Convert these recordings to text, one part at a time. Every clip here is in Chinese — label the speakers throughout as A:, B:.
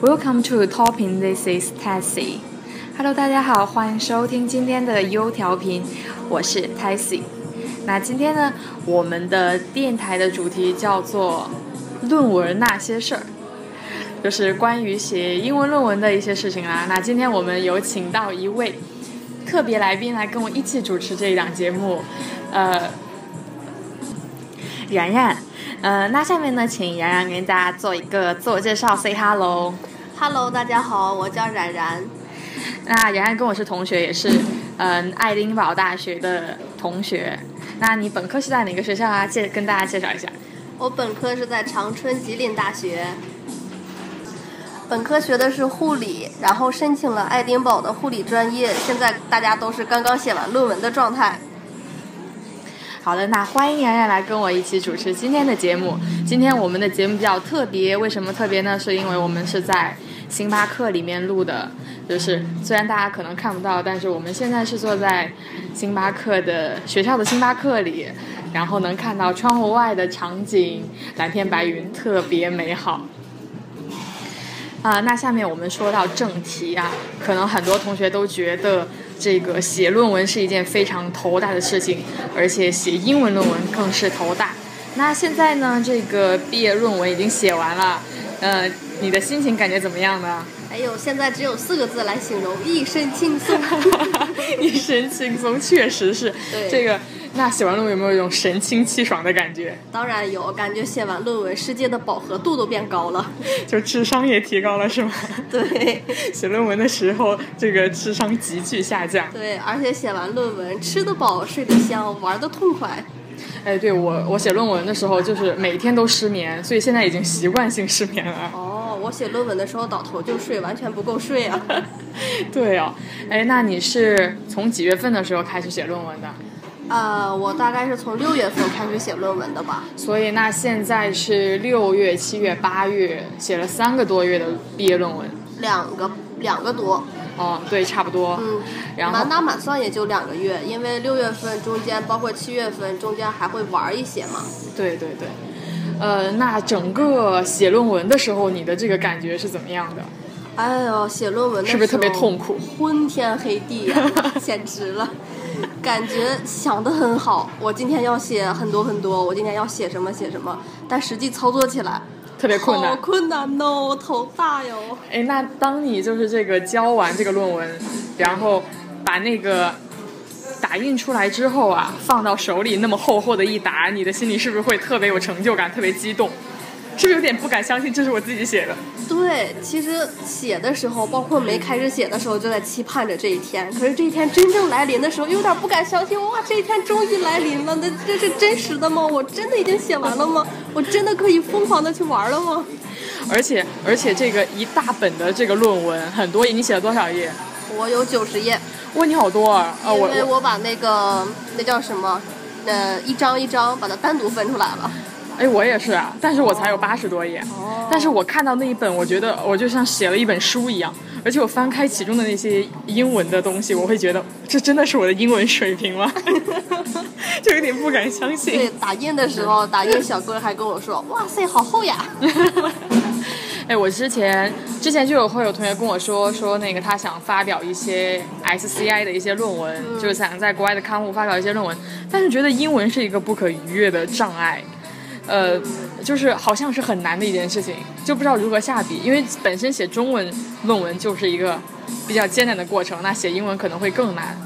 A: Welcome to Topping. This is Tessie. Hello，大家好，欢迎收听今天的优调频，我是 Tessie。那今天呢，我们的电台的主题叫做“论文那些事儿”，就是关于写英文论文的一些事情啊啦。那今天我们有请到一位特别来宾来跟我一起主持这一档节目，呃，然然。呃，那下面呢，请然然跟大家做一个自我介绍，say hello。
B: Hello，大家好，我叫冉冉。
A: 那然然跟我是同学，也是嗯、爱丁堡大学的同学。那你本科是在哪个学校啊？介跟大家介绍一下。
B: 我本科是在长春吉林大学，本科学的是护理，然后申请了爱丁堡的护理专业，现在大家都是刚刚写完论文的状态。
A: 好的，那欢迎然然来跟我一起主持今天的节目。今天我们的节目比较特别，为什么特别呢？是因为我们是在星巴克里面录的，就是虽然大家可能看不到，但是我们现在是坐在星巴克的学校的星巴克里，然后能看到窗户外的场景，蓝天白云，特别美好。啊、那下面我们说到正题啊，可能很多同学都觉得这个写论文是一件非常头大的事情，而且写英文论文更是头大。那现在呢，这个毕业论文已经写完了，呃，你的心情感觉怎么样呢？
B: 哎呦，现在只有四个字来形容，一身轻松。
A: 一身轻松，确实是
B: 对
A: 这个。那写完论文有没有一种神清气爽的感觉？
B: 当然有，感觉写完论文，世界的饱和度都变高了。
A: 就智商也提高了，是吗？
B: 对
A: 写论文的时候，这个智商急剧下降。
B: 对，而且写完论文，吃得饱，睡得香，玩得痛快。
A: 哎，对我，我写论文的时候就是每天都失眠，所以现在已经习惯性失眠了。
B: 哦，我写论文的时候倒头就睡，完全不够睡啊。
A: 对哦，哎，那你是从几月份的时候开始写论文的？
B: 呃，我大概是从六月份开始写论文的吧。
A: 所以那现在是六月、七月、八月，写了三个多月的毕业论文。
B: 两个两个多，
A: 哦，对，差不多。
B: 嗯，
A: 然后
B: 满打满算也就两个月，因为六月份中间包括七月份中间还会玩一些嘛。
A: 对对对，呃，那整个写论文的时候，你的这个感觉是怎么样的？
B: 哎呦，写论文的
A: 是不是特别
B: 时候
A: 痛苦？
B: 昏天黑地呀、简 直了。感觉想的很好，我今天要写很多很多，我今天要写什么写什么，但实际操作起来
A: 特别困
B: 好
A: 难。
B: 困难哦，头大哟。
A: 哎，那当你就是这个交完这个论文，然后把那个打印出来之后啊，放到手里那么厚厚的一沓，你的心里是不是会特别有成就感，特别激动？是不是有点不敢相信这是我自己写的？
B: 对，其实写的时候，包括没开始写的时候，就在期盼着这一天。可是这一天真正来临的时候，有点不敢相信，哇，这一天终于来临了！那这是真实的吗？我真的已经写完了吗？我真的可以疯狂的去玩了吗？
A: 而且而且这个一大本的这个论文，很多页，你写了多少页？
B: 我有九十页，
A: 哇，你好多啊！啊，
B: 因为
A: 我
B: 我把那个那叫什么，呃，一张一张把它单独分出来了。
A: 哎，我也是啊，但是我才有八十多页。
B: 哦
A: 但是我看到那一本，我觉得我就像写了一本书一样，而且我翻开其中的那些英文的东西，我会觉得这真的是我的英文水平吗？ 就有点不敢相
B: 对
A: 信。，
B: 打印的时候，打印小哥还跟我说：“哇塞，好厚呀！”
A: 哎，我之前之前就有会有同学跟我说说那个他想发表一些 SCI 的一些论文，就是想在国外的刊物发表一些论文，但是觉得英文是一个不可逾越的障碍。呃，就是好像是很难的一件事情，就不知道如何下笔，因为本身写中文论文就是一个比较艰难的过程，那写英文可能会更难。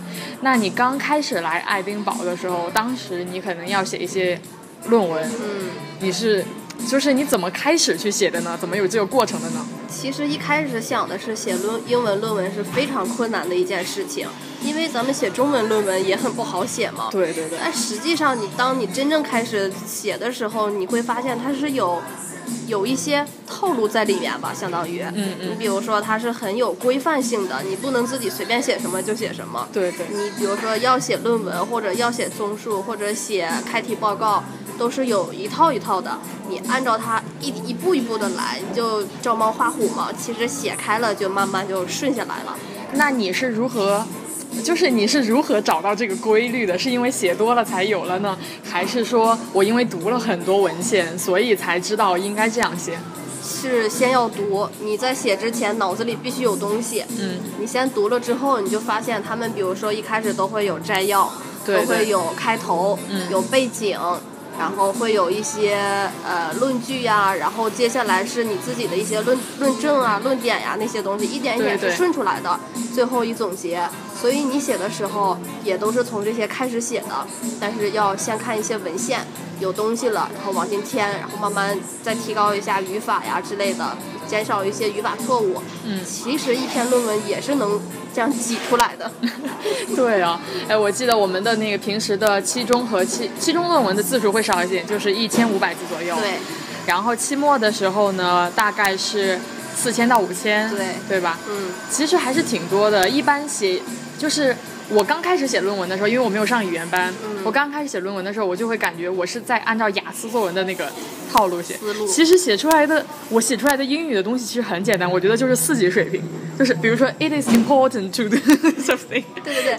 A: 那你刚开始来爱丁堡的时候，当时你可能要写一些论文，
B: 嗯，
A: 你是就是你怎么开始去写的呢？怎么有这个过程的呢？
B: 其实一开始想的是写论英文论文是非常困难的一件事情，因为咱们写中文论文也很不好写嘛。
A: 对对对，
B: 但实际上，你当你真正开始写的时候，你会发现它是有有一些套路在里面吧，相当于。
A: 嗯
B: 你
A: 嗯，
B: 比如说，它是很有规范性的，你不能自己随便写什么就写什么。
A: 对对
B: 你比如说要写论文，或者要写综述，或者写开题报告，都是有一套一套的。你按照它一一步一步的来，你就照猫画虎嘛。其实写开了，就慢慢就顺下来了。
A: 那你是如何？就是你是如何找到这个规律的？是因为写多了才有了呢，还是说我因为读了很多文献，所以才知道应该这样写？
B: 是先要读，你在写之前脑子里必须有东西。
A: 嗯，
B: 你先读了之后，你就发现他们，比如说一开始都会有摘要，
A: 对
B: 都会
A: 对
B: 有开头，
A: 嗯
B: 有背景，然后会有一些呃论据呀、然后接下来是你自己的一些论论证啊、论点呀、那些东西，一点一点
A: 对对
B: 是顺出来的，最后一总结。所以你写的时候也都是从这些开始写的，但是要先看一些文献，有东西了，然后往进添，然后慢慢再提高一下语法呀之类的，减少一些语法错误。
A: 嗯
B: 其实一篇论文也是能这样挤出 来的。
A: 对啊，哎，我记得我们的那个平时的期中和期期中论文的字数会少一点，就是一千五百字左右。
B: 对，
A: 然后期末的时候呢，大概是四千到五千，
B: 对
A: 对吧？
B: 嗯，
A: 其实还是挺多的。一般写就是我刚开始写论文的时候，因为我没有上语言班，
B: 嗯
A: 我刚开始写论文的时候，我就会感觉我是在按照雅思作文的那个套路写
B: 思路。
A: 其实写出来的，我写出来的英语的东西其实很简单，我觉得就是四级水平，就是比如说 it is important to do something。
B: 对对 对，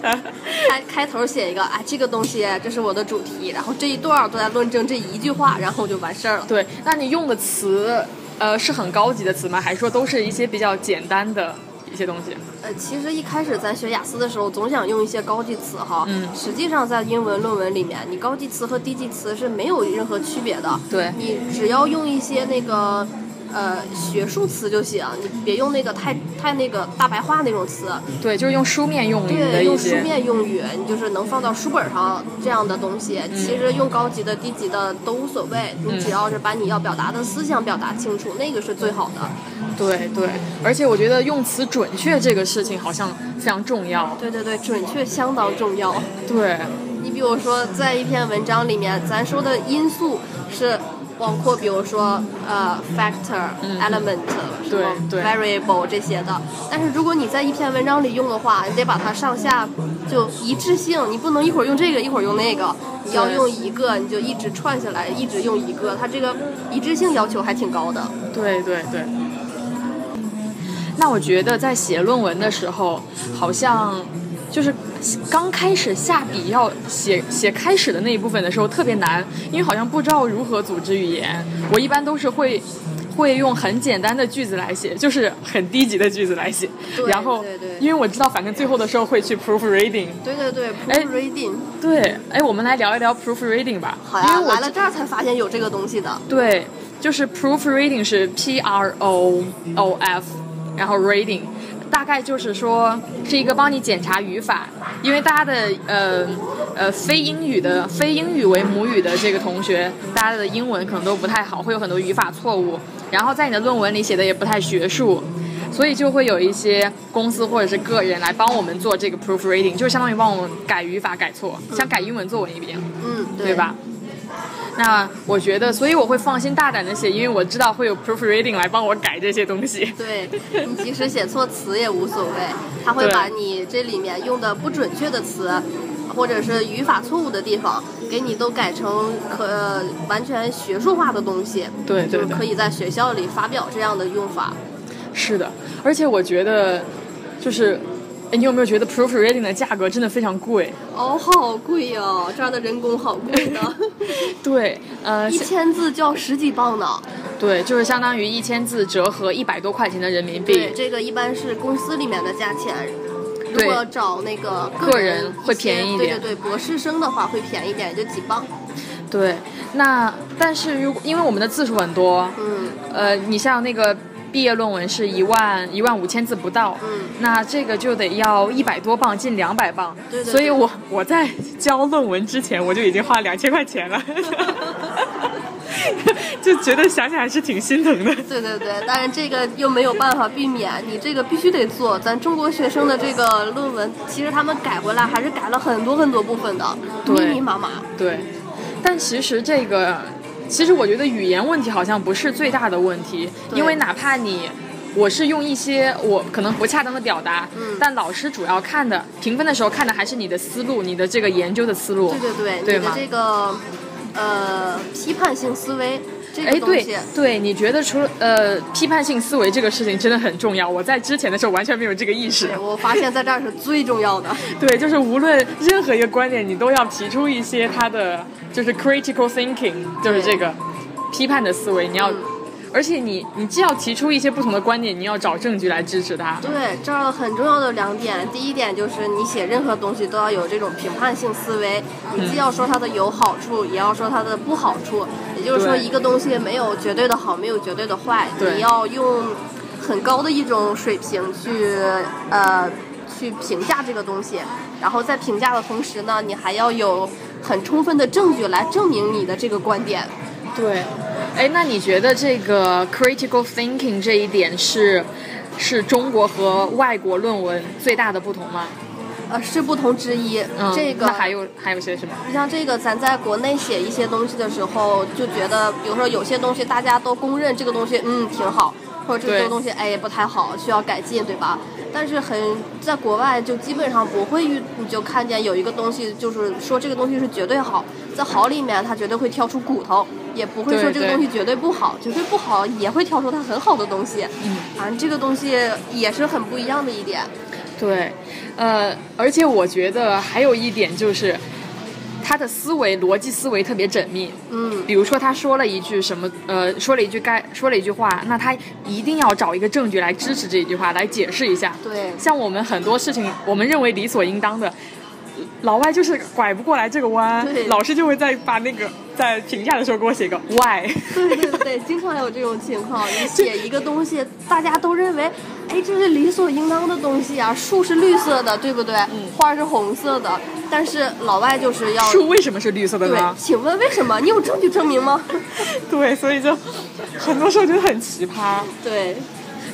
B: 开开头写一个啊，这个东西这是我的主题，然后这一段儿都在论证这一句话，然后就完事儿了。
A: 对，那你用的词，呃，是很高级的词吗？还是说都是一些比较简单的一些东西？
B: 呃，其实一开始咱学雅思的时候，总想用一些高级词哈。
A: 嗯
B: 实际上，在英文论文里面，你高级词和低级词是没有任何区别的。
A: 对
B: 你只要用一些那个呃学术词就行，你别用那个太太那个大白话那种词。
A: 对，就是用书面用语的
B: 对，
A: 嗯一
B: 用书
A: 些。
B: 面用语，你就是能放到书本上这样的东西，
A: 嗯
B: 其实用高级的、低级的都无所谓，你只要是把你要表达的思想表达清楚，那个是最好的。
A: 对对，而且我觉得用词准确这个事情好像非常重要。
B: 对对对，准确相当重要。
A: 对，
B: 你比如说，在一篇文章里面，咱说的因素是包括，比如说呃，factor、
A: 嗯
B: element 什么
A: 对对
B: variable 这些的。但是如果你在一篇文章里用的话，你得把它上下就一致性，你不能一会儿用这个，一会儿用那个。你要
A: 对
B: 用一个，你就一直串下来，一直用一个，它这个一致性要求还挺高的。
A: 对对对。那我觉得在写论文的时候，好像就是刚开始下笔要写写开始的那一部分的时候特别难，因为好像不知道如何组织语言。我一般都是会会用很简单的句子来写，就是很低级的句子来写。
B: 对
A: 然后
B: 对对
A: 因为我知道，反正最后的时候会去 proofreading。
B: 对对对
A: 哎
B: ，proofreading，
A: 对，哎，我们来聊一聊 proofreading 吧。
B: 好
A: 因
B: 呀，
A: 为我
B: 来了这儿才发现有这个东西的。
A: 对，就是 proofreading 是 P R O O F，然后 reading，大概就是说是一个帮你检查语法，因为大家的呃呃非英语的非英语为母语的这个同学，大家的英文可能都不太好，会有很多语法错误，然后在你的论文里写的也不太学术。所以就会有一些公司或者是个人来帮我们做这个 proofreading，就是相当于帮我们改语法、改错，像改英文作文一样。
B: 嗯，
A: 对
B: 对？
A: 吧？那我觉得，所以我会放心大胆的写，因为我知道会有 proofreading 来帮我改这些东西。
B: 对你即使写错词也无所 谓，他会
A: 对
B: 把你这里面用的不准确的词，或者是语法错误的地方，给你都改成可、呃完全学术化的东西，
A: 对对
B: 就是可
A: 对，
B: 以在学校里发表这样的用法。
A: 是的。而且我觉得，就是，哎你有没有觉得 proofreading 的价格真的非常贵？
B: 哦，好贵呀、这样的人工好贵呢，
A: 对，呃，
B: 一
A: 像
B: 千字就要十几磅呢。
A: 对，就是相当于一千字折合一百多块钱的人民
B: 对，
A: 币。
B: 这个一般是公司里面的价钱。如
A: 对
B: 果找那个
A: 个
B: 人
A: 人会
B: 些
A: 便宜一点
B: 对对对，博士生的话会便宜一点，也就几磅。
A: 对，那但是如果因为我们的字数很多，
B: 嗯
A: 呃，你像那个毕业论文是一万一万五千字不到，
B: 嗯。
A: 那这个就得要一百多磅，近两百磅。
B: 对对对
A: 所以我我在交论文之前，我就已经花两千块钱了， 就觉得想想还是挺心疼的。
B: 对对对，当然这个又没有办法避免，你这个必须得做。咱中国学生的这个论文，其实他们改回来还是改了很多很多部分的，密
A: 对
B: 密麻麻。
A: 对，但其实这个，其实我觉得语言问题好像不是最大的问题，
B: 对
A: 因为哪怕你。我是用一些我可能不恰当的表达，
B: 嗯
A: 但老师主要看的评分的时候看的还是你的思路，你的这个研究的思路。
B: 对对对，
A: 对
B: 你的
A: 吗
B: 这个呃批判性思维这
A: 哎，
B: 个东
A: 对
B: 西，
A: 对，你觉得除了呃批判性思维这个事情真的很重要，我在之前的时候完全没有这个意识
B: 对。我发现在这儿是最重要的。
A: 对，就是无论任何一个观点，你都要提出一些它的就是 critical thinking，就是这个批判的思维，你要
B: 嗯
A: 而且你你既要提出一些不同的观点，你要找证据来支持它。
B: 对，这儿很重要的两点，第一点就是你写任何东西都要有这种评判性思维，你既要说它的有好处，也要说它的不好处。也就是说，
A: 对
B: 一个东西没有绝对的好，没有绝对的坏，
A: 对
B: 你要用很高的一种水平去呃去评价这个东西，然后在评价的同时呢，你还要有很充分的证据来证明你的这个观点。
A: 对，哎，那你觉得这个 critical thinking 这一点是是中国和外国论文最大的不同吗？
B: 呃，是不同之一。
A: 嗯，
B: 这个
A: 那还有还有些什么？
B: 你像这个，咱在国内写一些东西的时候，就觉得，比如说有些东西大家都公认这个东西，嗯，挺好，或者这
A: 对
B: 个东西哎不太好，需要改进，对吧？但是很在国外就基本上不会遇，你就看见有一个东西，就是说这个东西是绝对好，在好里面它绝对会挑出骨头，也不会说
A: 对
B: 这个
A: 对
B: 东西绝对不好，绝对不好也会挑出它很好的东西。
A: 嗯，
B: 啊，这个东西也是很不一样的一点。
A: 对，呃，而且我觉得还有一点就是，他的思维逻辑思维特别缜密。
B: 嗯，
A: 比如说，他说了一句什么，呃，说了一句该说了一句话，那他一定要找一个证据来支持这一句话，来解释一下。
B: 对。
A: 像我们很多事情，我们认为理所应当的，老外就是拐不过来这个弯
B: 对，
A: 老师就会在把那个在评价的时候给我写一个 why。
B: 对对对，经常有这种情况。你写一个东西，大家都认为，哎，这是理所应当的东西啊，树是绿色的，对不对？花是红色的，但是老外就是要
A: 嗯树为什么是绿色的
B: 对
A: 呢，？
B: 请问为什么？你有证据证 明吗？
A: 对，所以就很多时候就很奇葩。
B: 对，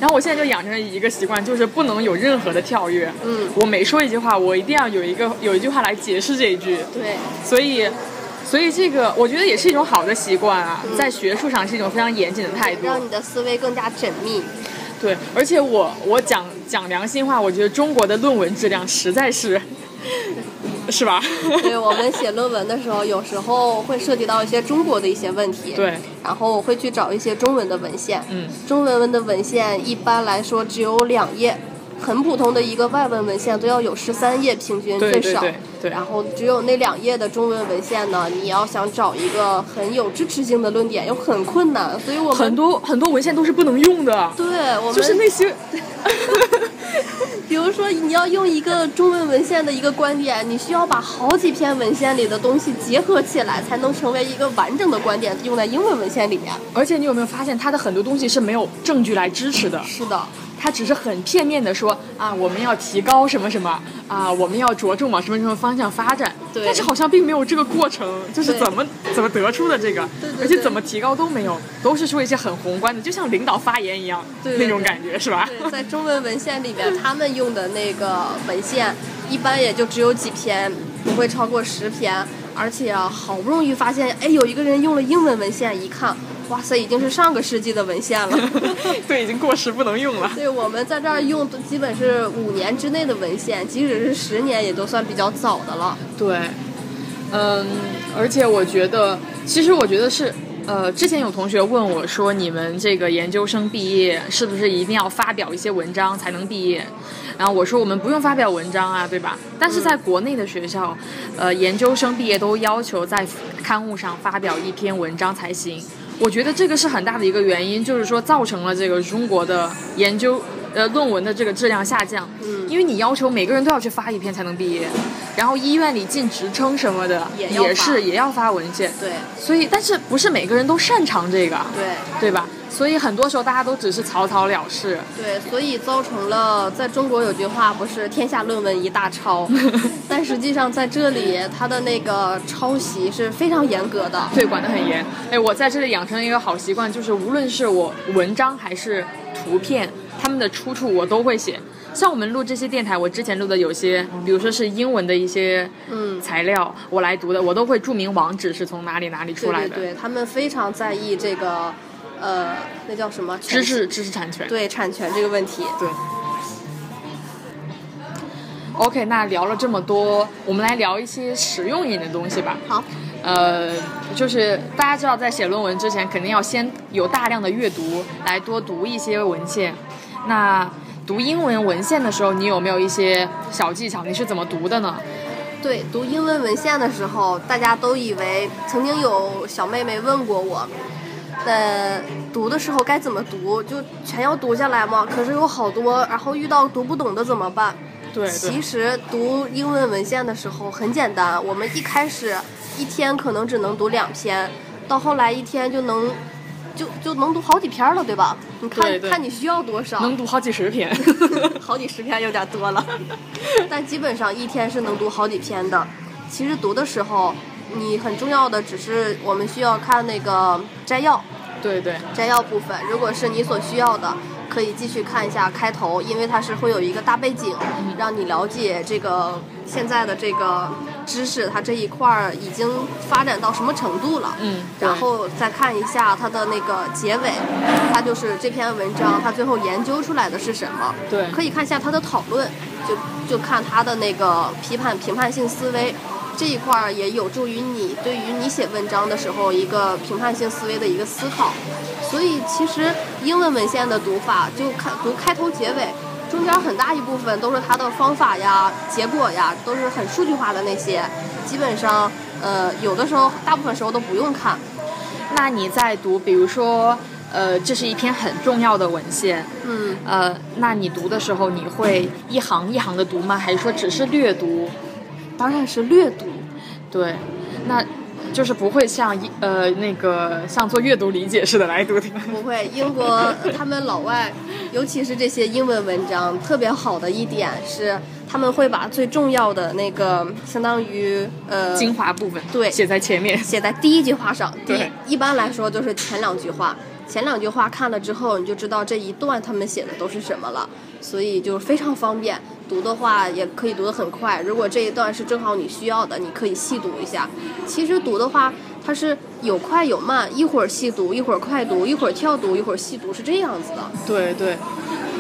A: 然后我现在就养成一个习惯，就是不能有任何的跳跃。
B: 嗯，
A: 我每说一句话，我一定要有一个有一句话来解释这一句。
B: 对，
A: 所以，所以这个我觉得也是一种好的习惯啊，
B: 嗯
A: 在学术上是一种非常严谨的态度。
B: 让你的思维更加缜密。
A: 对，而且我我讲讲良心话，我觉得中国的论文质量实在是， 是吧？
B: 对我们写论文的时候，有时候会涉及到一些中国的一些问题。
A: 对，
B: 然后我会去找一些中文的文献。
A: 嗯，
B: 中文文的文献一般来说只有两页，很普通的一个外文文献都要有十三页，平均
A: 对
B: 最少。
A: 对对对
B: 然后只有那两页的中文文献呢，你要想找一个很有支持性的论点，又很困难，所以我们
A: 很多很多文献都是不能用的，
B: 对我们
A: 就是那些，
B: 比如说，你要用一个中文文献的一个观点，你需要把好几篇文献里的东西结合起来，才能成为一个完整的观点，用在英文文献里面。
A: 而且你有没有发现，它的很多东西是没有证据来支持的。
B: 是的，
A: 他只是很片面的说啊，我们要提高什么什么啊，我们要着重往什么什么方向发展。
B: 对
A: 但是好像并没有这个过程，就是
B: 对
A: 怎么怎么得出的这个，
B: 对对
A: 而且
B: 对
A: 怎么提高都没有，都是说一些很宏观的，就像领导发言一样
B: 对对对
A: 那种感觉，是吧？
B: 对，在中文文献里面，他们用的那个文献一般也就只有几篇，不会超过十篇。而且啊，好不容易发现，哎，有一个人用了英文文献，一看，哇塞，已经是上个世纪的文献了。
A: 对，已经过时不能用了。
B: 对，我们在这儿用的基本是五年之内的文献，即使是十年也都算比较早的了。
A: 对，嗯，而且我觉得，其实我觉得是，呃，之前有同学问我说，你们这个研究生毕业是不是一定要发表一些文章才能毕业？然后我说我们不用发表文章啊，对吧？但是在国内的学校，呃，研究生毕业都要求在刊物上发表一篇文章才行。我觉得这个是很大的一个原因，就是说造成了这个中国的研究呃论文的这个质量下降。嗯，因为你要求每个人都要去发一篇才能毕业，然后医院里进职称什么的
B: 也要
A: 也
B: 发
A: 是也要发文件，
B: 对
A: 所以但是不是每个人都擅长这个，
B: 对
A: 对吧？所以很多时候大家都只是草草了事。
B: 对，所以造成了在中国有句话不是“天下论文一大抄”， 但实际上在这里它的那个抄袭是非常严格的。
A: 对，管得很严。哎，我在这里养成了一个好习惯，就是无论是我文章还是图片，他们的出处我都会写。像我们录这些电台，我之前录的有些，比如说是英文的一些
B: 嗯
A: 材料，我来读的，我都会注明网址是从哪里哪里出
B: 对
A: 来
B: 对
A: 的，
B: 对，他们非常在意这个，呃，那叫什么
A: 知识知识产权。
B: 对产权这个问题。
A: 对 OK，那聊了这么多，我们来聊一些实用一点的东西吧。
B: 好，
A: 呃，就是大家知道，在写论文之前，肯定要先有大量的阅读，来多读一些文献。那读英文文献的时候，你有没有一些小技巧？你是怎么读的呢？
B: 对，读英文文献的时候，大家都以为曾经有小妹妹问过我，呃，读的时候该怎么读，就全要读下来嘛。可是有好多，然后遇到读不懂的怎么办？
A: 对
B: 其
A: 对
B: 实读英文文献的时候很简单，我们一开始一天可能只能读两篇，到后来一天就能就就能读好几篇了，对吧？你看
A: 对对
B: 看你需要多少，
A: 能读好几十篇。
B: 好几十篇有点多了，但基本上一天是能读好几篇的。其实读的时候，你很重要的只是我们需要看那个摘要，
A: 对对
B: 摘要部分，如果是你所需要的，可以继续看一下开头，因为它是会有一个大背景，让你了解这个现在的这个知识，它这一块儿已经发展到什么程度了。
A: 嗯对
B: 然后再看一下它的那个结尾，它就是这篇文章它最后研究出来的是什么。
A: 对
B: 可以看一下他的讨论，就就看他的那个批判评判性思维这一块儿，也有助于你对于你写文章的时候一个评判性思维的一个思考。所以其实英文文献的读法，就看读开头结尾，中间很大一部分都是它的方法呀、结果呀，都是很数据化的那些，基本上呃有的时候大部分时候都不用看。
A: 那你在读，比如说，呃，这是一篇很重要的文献，
B: 嗯，
A: 呃，那你读的时候，你会一行一行的读吗？还是说只是略读？
B: 当然是略读。
A: 对，那就是不会像一呃那个像做阅读理解似的来 读的。
B: 不会，英国呃他们老外，尤其是这些英文文章，特别好的一点是，他们会把最重要的那个，相当于呃，
A: 精华部分
B: 对
A: 写在前面。
B: 写在第一句话上。第
A: 对
B: 一一般来说就是前两句话，前两句话看了之后，你就知道这一段他们写的都是什么了，所以就非常方便。读的话也可以读得很快，如果这一段是正好你需要的，你可以细读一下。其实读的话，它是有快有慢，一会儿细读，一会儿快读，一会儿跳读，一会儿细读，是这样子的。
A: 对对，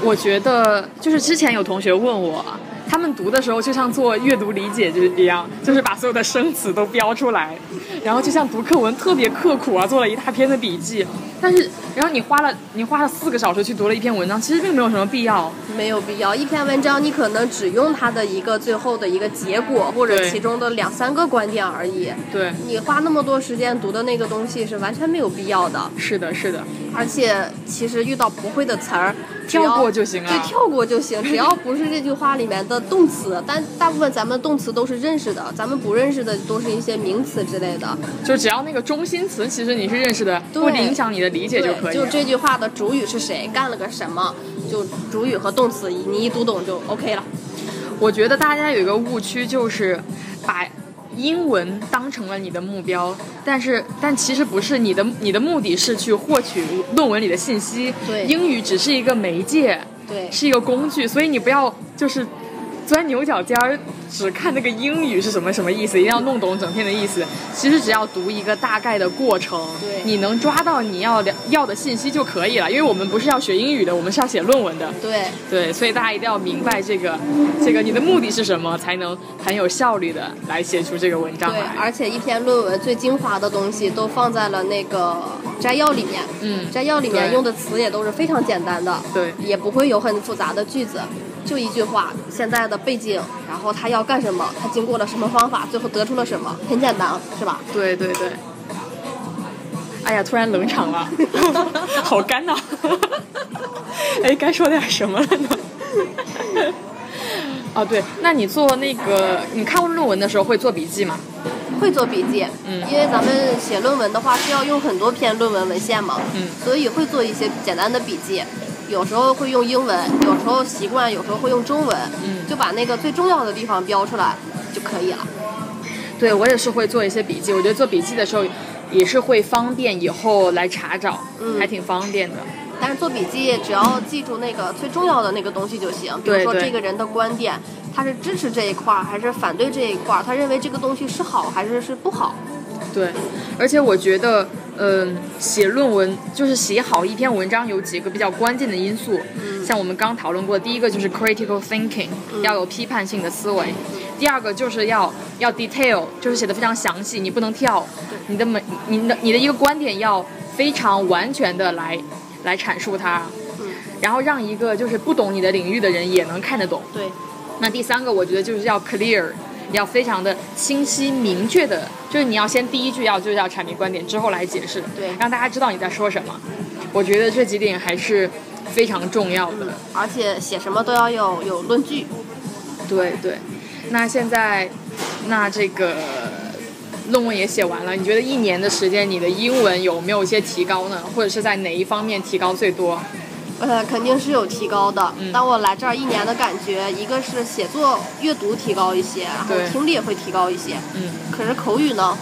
A: 我觉得就是之前有同学问我，他们读的时候就像做阅读理解就是一样，就是把所有的生词都标出来，然后就像读课文特别刻苦啊，做了一大篇的笔记。但是，然后你花了你花了四个小时去读了一篇文章，其实并没有什么必要。
B: 没有必要。一篇文章你可能只用它的一个最后的一个结果，或者
A: 对
B: 其中的两三个观点而已。
A: 对，
B: 你花那么多时间读的那个东西是完全没有必要的，
A: 是的，是的，
B: 而且其实遇到不会的词儿，只要
A: 跳过就行啊了
B: 对，。跳过就行，只要不是这句话里面的动词，但大部分咱们动词都是认识的，咱们不认识的都是一些名词之类的。
A: 就只要那个中心词，其实你是认识的，
B: 对
A: 不影响你的理解就可
B: 对，
A: 以了。
B: 就这句话的主语是谁，干了个什么，就主语和动词你一读懂就 OK 了。
A: 我觉得大家有一个误区，就是把英文当成了你的目标，但是但其实不是，你的你的目的是去获取论文里的信息，
B: 对
A: 英语只是一个媒介，
B: 对，
A: 是一个工具，所以你不要就是钻牛角尖儿，只看那个英语是什么什么意思，一定要弄懂整篇的意思。其实只要读一个大概的过程
B: 对，
A: 你能抓到你要了要的信息就可以了，因为我们不是要学英语的，我们是要写论文的。
B: 对。
A: 对，所以大家一定要明白这个，这个你的目的是什么，才能很有效率的来写出这个文章
B: 对，
A: 来。
B: 而且一篇论文最精华的东西都放在了那个摘要里面，
A: 嗯，
B: 摘要里面
A: 对
B: 用的词也都是非常简单的，
A: 对
B: 也不会有很复杂的句子，就一句话，现在的背景，然后他要干什么，他经过了什么方法，最后得出了什么，很简单，是吧？
A: 对对对。哎呀，突然冷场了， 好干 呐！哎，该说点什么了呢？ 哦，对，那你做那个，你看论文的时候会做笔记吗？
B: 会做笔记，
A: 嗯
B: 因为咱们写论文的话是要用很多篇论文文献嘛，
A: 嗯
B: 所以会做一些简单的笔记，有时候会用英文，有时候习惯，有时候会用中文，
A: 嗯
B: 就把那个最重要的地方标出来就可以了。
A: 对我也是会做一些笔记，我觉得做笔记的时候也是会方便以后来查找，
B: 嗯
A: 还挺方便的。
B: 但是做笔记只要记住那个最重要的那个东西就行，比如
A: 对
B: 说
A: 对
B: 这个人的观点，他是支持这一块儿还是反对这一块儿，他认为这个东西是好还是是不好。
A: 对，而且我觉得，嗯、写论文就是写好一篇文章有几个比较关键的因素，像我们刚讨论过，第一个就是 critical thinking，、要有批判性的思维；第二个就是要要 detail，就是写的非常详细，你不能跳，你的每你的你的一个观点要非常完全的来来阐述它，然后让一个就是不懂你的领域的人也能看得懂。
B: 对，
A: 那第三个，我觉得就是要 clear，要非常的清晰明确的，就是你要先第一句要就是要阐明观点，之后来解释，
B: 对
A: 让大家知道你在说什么。我觉得这几点还是非常重要的。
B: 嗯，而且写什么都要有有论据。
A: 对对，那现在，那这个论文也写完了，你觉得一年的时间，你的英文有没有一些提高呢？或者是在哪一方面提高最多？
B: 呃，肯定是有提高的。
A: 嗯
B: 当我来这儿一年的感觉，一个是写作、阅读提高一些，然后
A: 对
B: 听力也会提高一些。
A: 嗯，
B: 可是口语呢？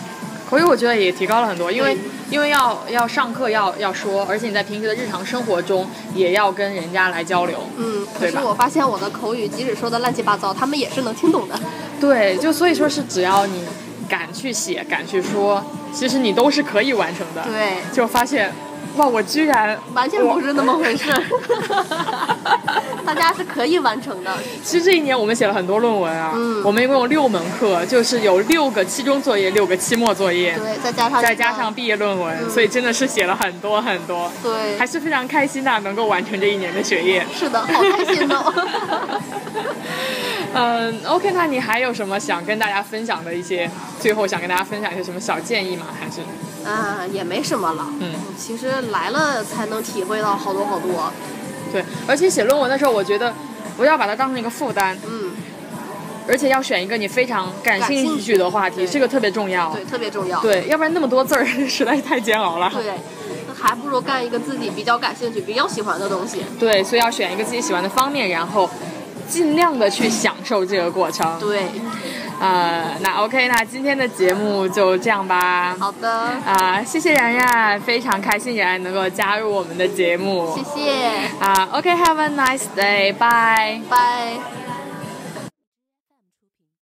A: 口语我觉得也提高了很多，因为
B: 对
A: 因为要要上课要要说，而且你在平时的日常生活中也要跟人家来交流。
B: 嗯，可
A: 对
B: 是
A: 吧
B: 我发现我的口语，即使说的乱七八糟，他们也是能听懂的。
A: 对，就所以说是只要你敢去写、敢去说，其实你都是可以完成的。
B: 对，
A: 就发现，哇，我居然
B: 完全不是那么回事儿。 大家是可以完成的。
A: 其实这一年我们写了很多论文啊，
B: 嗯
A: 我们一共有六门课，就是有六个期中作业，六个期末作业，
B: 对，再加上
A: 再加上毕业论文，
B: 嗯
A: 所以真的是写了很多很多，
B: 对
A: 还，是非常开心的，能够完成这一年的学业。
B: 是的，好开心哦。
A: 嗯，OK，那你还有什么想跟大家分享的一些，最后想跟大家分享一些什么小建议吗？还是
B: 啊，也没什么了。
A: 嗯，
B: 其实来了才能体会到好多好多。
A: 对，而且写论文的时候，我觉得不要把它当成一个负担，
B: 嗯，
A: 而且要选一个你非常感
B: 感兴
A: 兴趣的话题，
B: 对
A: 这个特别重要。
B: 对，特别重要。
A: 对，要不然那么多字儿实在是太煎熬了。
B: 对，那还不如干一个自己比较感兴趣、比较喜欢的东西。
A: 对，所以要选一个自己喜欢的方面，然后尽量的去享受这个过程。
B: 对，
A: 呃，那 OK，那今天的节目就这样吧。
B: 好的，
A: 啊、谢谢然然，非常开心然然能够加入我们的节目
B: 谢。谢，
A: 啊、o k h a v e a nice day，bye。
B: 拜。